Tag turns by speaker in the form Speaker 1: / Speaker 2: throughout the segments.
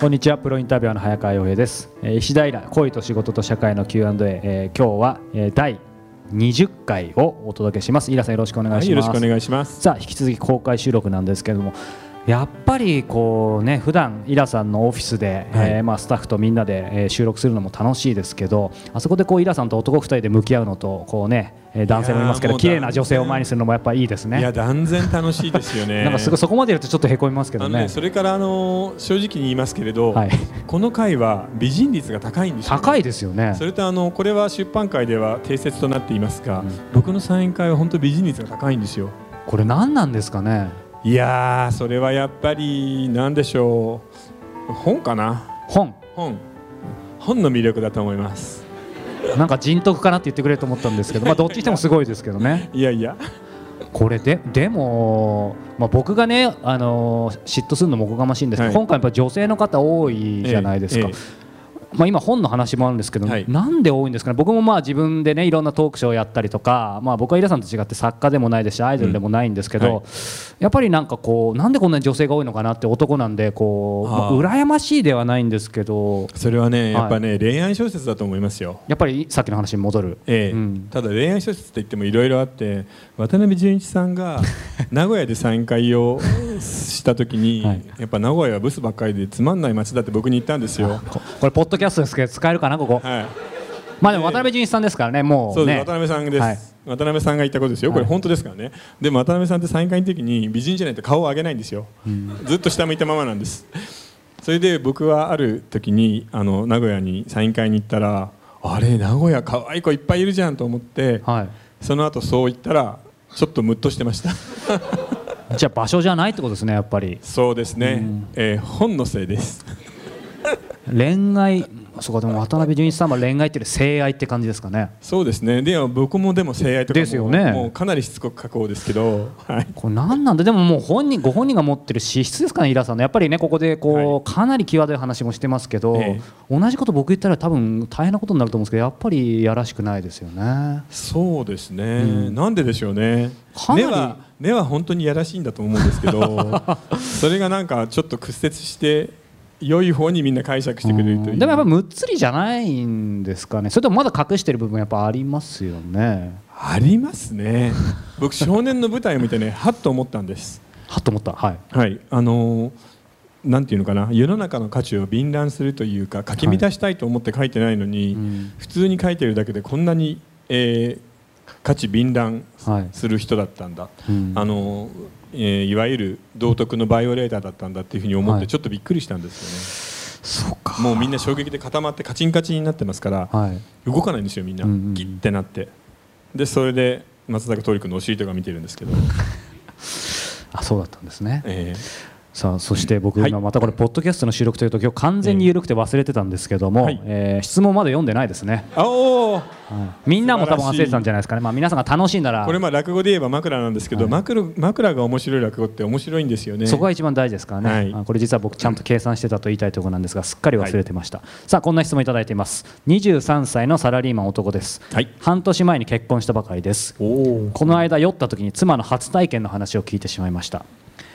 Speaker 1: こんにちはプロインタビュアーの早川洋平です、えー石平恋と仕事と社会の Q&A、えー今日は、えー第20回をお届けしますイラさんよろしくお願い
Speaker 2: はい、
Speaker 1: し
Speaker 2: よ
Speaker 1: ま
Speaker 2: ろ
Speaker 1: す、
Speaker 2: しくお願いします。
Speaker 1: さあ引き続き公開収録なんですけれどもやっぱりこうね普段イラさんのオフィスで、
Speaker 2: はい
Speaker 1: えーまあスタッフとみんなで、えー収録するのも楽しいですけどあそこでこうイラさんと男2人で向き合うのとこうねえー男性もいますけ
Speaker 2: いやー
Speaker 1: ど
Speaker 2: もう
Speaker 1: 綺麗な女性を前にするのもやっぱいいです
Speaker 2: いや
Speaker 1: ね
Speaker 2: 断然楽しいですよね。
Speaker 1: なんかすごいそこまでやるとちょっとへこみますけ
Speaker 2: あ
Speaker 1: ど
Speaker 2: のね
Speaker 1: ね
Speaker 2: それからあのー正直に言いますけれど、
Speaker 1: はい
Speaker 2: この回は美人率が高いんですよ、ね。
Speaker 1: 高いですよね
Speaker 2: それとあのこれは出版界では定説となっていますが、僕のサイン会は本当美人率が高いんですよ。
Speaker 1: これ何なんですかね
Speaker 2: いやーそれはやっぱりなんでしょう本かな
Speaker 1: 本
Speaker 2: 本本の魅力だと思います。
Speaker 1: なんか人徳かなって言ってくれると思ったんですけど、まあ、どっちにしてもすごいですけどね。
Speaker 2: いやいや
Speaker 1: これででも、まあ、僕がね、あのー嫉妬するのもおこがましいんですけど、
Speaker 2: はい
Speaker 1: 今回やっぱ女性の方多いじゃないですか、
Speaker 2: ええ
Speaker 1: まあ、今本の話もあるんですけど、
Speaker 2: はい
Speaker 1: なんで多いんですかね僕もまあ自分でねいろんなトークショーをやったりとか、まあ、僕はイラさんと違って作家でもないですしアイドルでもないんですけど、
Speaker 2: うんはい
Speaker 1: やっぱりなんかこうなんでこんなに女性が多いのかなって男なんでこう、まあ
Speaker 2: あー
Speaker 1: 羨ましいではないんですけど
Speaker 2: それはねやっぱね、恋愛小説だと思いますよ。
Speaker 1: やっぱりさっきの話に戻る。
Speaker 2: ええ
Speaker 1: うん
Speaker 2: ただ恋愛小説って言ってもいろいろあって渡辺淳一さんが 名古屋でサイン会をした時に、
Speaker 1: はい
Speaker 2: やっぱ名古屋はブスばっかりでつまんない街だって僕に言ったんですよ。
Speaker 1: ここれポッドキャストですけど使えるかなここ、
Speaker 2: はい、
Speaker 1: まあでも渡辺淳一さんですからねも
Speaker 2: そううです、
Speaker 1: ね
Speaker 2: 渡辺さんです、
Speaker 1: はい
Speaker 2: 渡辺さんが言ったことですよ、これ
Speaker 1: はい
Speaker 2: 本当ですからね、でも渡辺さんってサイン会の時に美人じゃないと顔を上げないんですよ、ずっと下向いたままなんです、それで僕はある時にあの名古屋にサイン会に行ったら、あれ、名古屋、可愛い子いっぱいいるじゃんと思って、
Speaker 1: はい
Speaker 2: その後そう言ったらちょっとムッとし てました
Speaker 1: じゃあ場所じゃないってことですねやっぱり
Speaker 2: そうですね、えー本のせいです
Speaker 1: 恋愛そうかでも渡辺淳一さんは恋愛っていうより性愛って感じですかね
Speaker 2: そうですねでは僕もでも性愛とかも
Speaker 1: ですよね
Speaker 2: もうかなりしつこく書こうですけど、はい、
Speaker 1: これ何なんだでももう本人ご本人が持ってる資質ですかねイラさんのやっぱりねここでこう、かなり際どい話もしてますけど、
Speaker 2: え
Speaker 1: 同じこと僕言ったら多分大変なことになると思うんですけどやっぱりやらしくないですよね
Speaker 2: そうですね、なんででしょうね
Speaker 1: かなり
Speaker 2: 根は根は本当にやらしいんだと思うんです けどそれがなんかちょっと屈折して良い方にみんな解釈してくれるという
Speaker 1: でもやっぱむっつりじゃないんですかねそれともまだ隠してる部分やっぱありますよね
Speaker 2: ありますね僕少年の舞台を見てねはっと思ったんです
Speaker 1: はっと思ったはい
Speaker 2: はい、あのーなんていうのかな世の中の価値を便覧するというかかき乱したいと思って書いてないのに、
Speaker 1: うん
Speaker 2: 普通に書いてるだけでこんなに、えー価値便覧
Speaker 1: はい
Speaker 2: する人だったんだ、
Speaker 1: うん
Speaker 2: あのーえーいわゆる道徳のバイオレーターだったんだっていうふうに思っ
Speaker 1: は
Speaker 2: て
Speaker 1: い
Speaker 2: ちょっとびっくりしたんです
Speaker 1: そう
Speaker 2: よね、もうみんな衝撃で固まってカチンカチンになってますから、
Speaker 1: はい
Speaker 2: 動かないんですよみんな、
Speaker 1: うんうん
Speaker 2: ギッてなってでそれで松坂桃李君のお尻とか見てるんですけ ど、
Speaker 1: あそうだったんですね
Speaker 2: えー
Speaker 1: さあそして僕
Speaker 2: はい
Speaker 1: 今またこれポッドキャストの収録というと今日完全に緩くて忘れてたんですけども、
Speaker 2: はい
Speaker 1: えー質問まで読んでないですね、
Speaker 2: あおー
Speaker 1: みんなも多分
Speaker 2: 素
Speaker 1: 忘
Speaker 2: 晴らしい
Speaker 1: れてたんじゃないですかね、まあ、皆さんが楽しいなら
Speaker 2: これまあ落語で言えば枕なんですけど、
Speaker 1: はい
Speaker 2: 枕枕が面白い落語って面白いんですよね
Speaker 1: そこが一番大事ですからね、
Speaker 2: はい
Speaker 1: あこれ実は僕ちゃんと計算してたと言いたいところなんですがすっかり忘れてました、さあこんな質問いただいています23歳のサラリーマン男です、
Speaker 2: はい
Speaker 1: 半年前に結婚したばかりです
Speaker 2: おお
Speaker 1: この間酔った時に妻の初体験の話を聞いてしまいました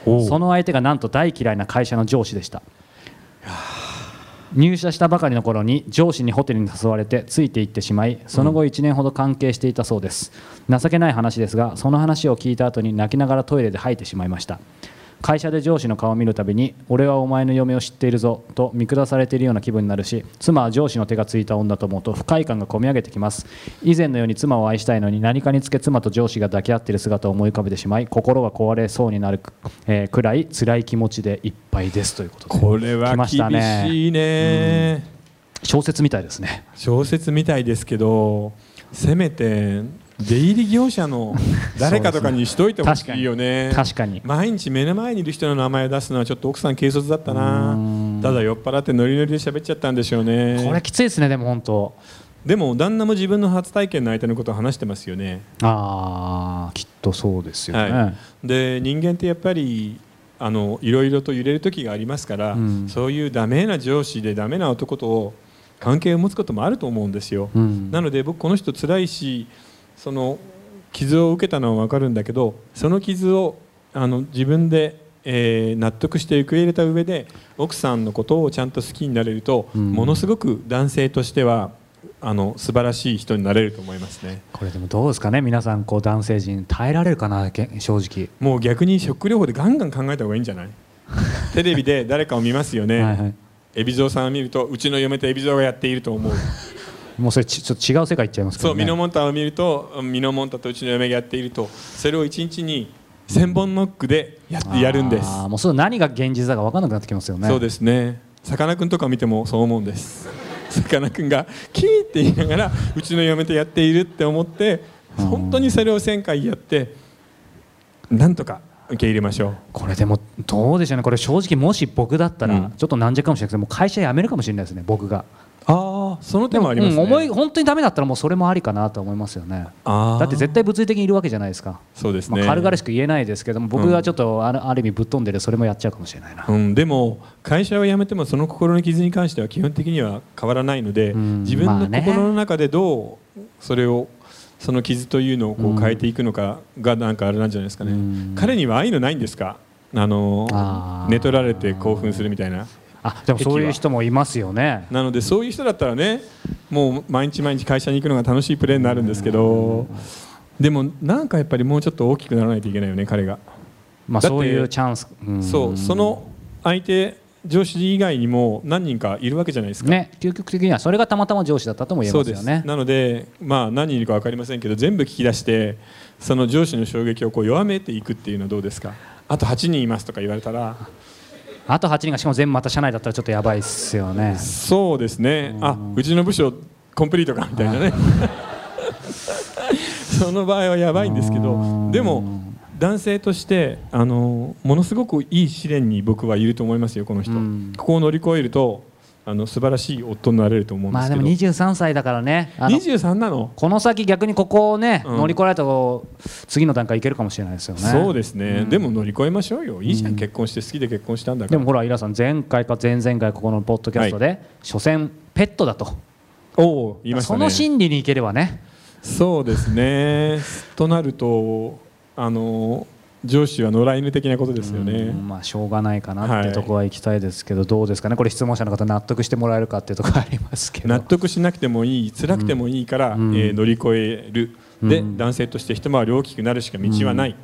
Speaker 2: おう
Speaker 1: その相手がなんと大嫌いな会社の上司でした入社したばかりの頃に上司にホテルに誘われてついて行ってしまいその後1年ほど関係していたそうです、情けない話ですがその話を聞いた後に泣きながらトイレで吐いてしまいました会社で上司の顔を見るたびに「俺はお前の嫁を知っているぞ」と見下されているような気分になるし妻は上司の手がついた女と思うと不快感がこみ上げてきます以前のように妻を愛したいのに何かにつけ妻と上司が抱き合っている姿を思い浮かべてしまい心が壊れそうになるく、えーくらい辛い気持ちでいっぱいですということで
Speaker 2: これは
Speaker 1: 来ま
Speaker 2: 厳
Speaker 1: したね
Speaker 2: しいね
Speaker 1: 小説みたいですね
Speaker 2: 小説みたいですけどせめて出入り業 者の誰かとかにしといてほしいよね
Speaker 1: 確かに
Speaker 2: 毎日目の前にいる人の名前を出すのはちょっと奥さん軽率だったなただ酔っ払ってノリノリで喋っちゃったんでしょうね
Speaker 1: これきついですねでも本当
Speaker 2: でも旦那も自分の初体験の相手のことを話してますよね
Speaker 1: あーきっとそうですよね、
Speaker 2: はい、で人間ってやっぱりあのいろいろと揺れる時がありますから、
Speaker 1: うん
Speaker 2: そういうダメな上司でダメな男と関係を持つこともあると思うんですよ、
Speaker 1: うん
Speaker 2: なので僕この人辛いしその傷を受けたのは分かるんだけどその傷をあの自分で、ええー納得して受け入れた上で奥さんのことをちゃんと好きになれると、
Speaker 1: うん
Speaker 2: ものすごく男性としてはあの素晴らしい人になれると思いますね
Speaker 1: これでもどうですかね皆さんこう男性陣耐えられるかなけ正直
Speaker 2: もう逆にショック療法でガンガン考えた方がいいんじゃない テレビで誰かを見ますよね、
Speaker 1: はいはい
Speaker 2: 海老蔵さんを見るとうちの嫁と海老蔵がやっていると思う
Speaker 1: もうそれちちょっと違う世界行っちゃいますけ
Speaker 2: そ
Speaker 1: ど、
Speaker 2: う
Speaker 1: ね、
Speaker 2: ミノモンタを見るとうんミノモンタとうちの嫁がやっているとそれを1日に1000本ノックでやってやるんです
Speaker 1: あーもうそれ何が現実だか分かんなくなってきますよね
Speaker 2: そうですねさかなクンとか見てもそう思うんです さかなクンがキーって言いながらうちの嫁とやっているって思って
Speaker 1: うん
Speaker 2: 本当にそれを1000回やってなんとか受け入れましょう
Speaker 1: これでもどうでしょうねこれ正直もし僕だったら、
Speaker 2: うん
Speaker 1: ちょっと軟弱かもしれないですけどもう会社辞めるかもしれないですね僕が
Speaker 2: ああその手もありますね、
Speaker 1: うん、思い本当にダメだったらもうそれもありかなと思いますよね
Speaker 2: あー
Speaker 1: だって絶対物理的にいるわけじゃないですか
Speaker 2: そうです
Speaker 1: ま
Speaker 2: ね、
Speaker 1: あ、軽々しく言えないですけども僕がちょっとある,、ある意味ぶっ飛んでるそれもやっちゃうかもしれないな、
Speaker 2: うん、でも会社を辞めてもその心の傷に関しては基本的には変わらないので、
Speaker 1: うん
Speaker 2: 自分
Speaker 1: まあ
Speaker 2: の
Speaker 1: ね
Speaker 2: 心の中でどうそれをその傷というのをこ
Speaker 1: うん
Speaker 2: う変えていくのかがなんかあれなんじゃないですかね、
Speaker 1: うん
Speaker 2: 彼にはああいうのないんですかあの
Speaker 1: あー
Speaker 2: 寝取られて興奮するみたいな
Speaker 1: あでもそういう人もいますよね
Speaker 2: なのでそういう人だったらねもう毎日毎日会社に行くのが楽しいプレーになるんですけどでもなんかやっぱりもうちょっと大きくならないといけないよね彼が。
Speaker 1: まあ
Speaker 2: だって
Speaker 1: そういうチャンス、ん
Speaker 2: そうその相手上司以外にも何人かいるわけじゃないですか。
Speaker 1: ね究極的にはそれがたまたま上司だったとも言え
Speaker 2: そう
Speaker 1: ます
Speaker 2: で
Speaker 1: よ
Speaker 2: す
Speaker 1: ね
Speaker 2: なので、まあ、何人いるか分かりませんけど全部聞き出してその上司の衝撃をこう弱めていくっていうのはどうですかあと8人いますとか言われたら
Speaker 1: あと8人がしかも全部また社内だったらちょっとやばいっすよね
Speaker 2: そうですねあうちの部署コンプリートかみたいな ねその場合はやばいんですけどでも男性としてあのものすごくいい試練に僕はいると思いますよこの人、
Speaker 1: うん
Speaker 2: ここを乗り越えるとあの素晴らしい夫になれると思うんで
Speaker 1: まあ
Speaker 2: すけ
Speaker 1: で
Speaker 2: ど、
Speaker 1: も23歳だからねあの
Speaker 2: 23なの
Speaker 1: この先逆にここをね、
Speaker 2: うん
Speaker 1: 乗り越えられたら次の段階いけるかもしれないですよね
Speaker 2: そうですね、
Speaker 1: うん
Speaker 2: でも乗り越えましょうよいいじゃん、
Speaker 1: うん
Speaker 2: 結婚して好きで結婚したんだか
Speaker 1: で
Speaker 2: ら
Speaker 1: もほらイラさん前回か前々回ここのポッドキャストで、所詮ペットだと
Speaker 2: おお言いました
Speaker 1: そ
Speaker 2: ね
Speaker 1: の心理にいければね
Speaker 2: そうですねとなるとあの上司は野良犬的なことですよね
Speaker 1: うんまあしょうがないかなって
Speaker 2: はい
Speaker 1: とこは行きたいですけど、どうですかねこれ質問者の方納得してもらえるかっていうところありますけど
Speaker 2: 納得しなくてもいい辛くてもいいから、
Speaker 1: うん
Speaker 2: えー乗り越えるで、
Speaker 1: うん
Speaker 2: 男性として一回り大きくなるしか道はない、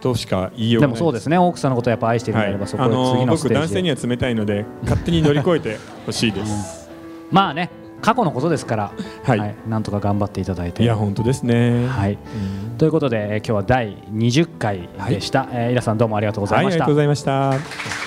Speaker 2: としか言いよう
Speaker 1: で
Speaker 2: がな
Speaker 1: も
Speaker 2: い
Speaker 1: そうですね奥さんのことをやっぱ愛しているの
Speaker 2: は
Speaker 1: であ
Speaker 2: い、
Speaker 1: れば、そこ
Speaker 2: あ
Speaker 1: は次
Speaker 2: の
Speaker 1: のス
Speaker 2: 僕
Speaker 1: テー
Speaker 2: 男
Speaker 1: ジ
Speaker 2: 性に
Speaker 1: で
Speaker 2: は冷たいので勝手に乗り越えてほし いです、
Speaker 1: まあね過去のことですから、
Speaker 2: はい
Speaker 1: なんとか頑張っていただいて
Speaker 2: いや本当ですね、
Speaker 1: はい、
Speaker 2: うん
Speaker 1: ということで、えー今日は第20回でした、えーイラさんどうもありがとうございました、
Speaker 2: はい、ありがとうございました。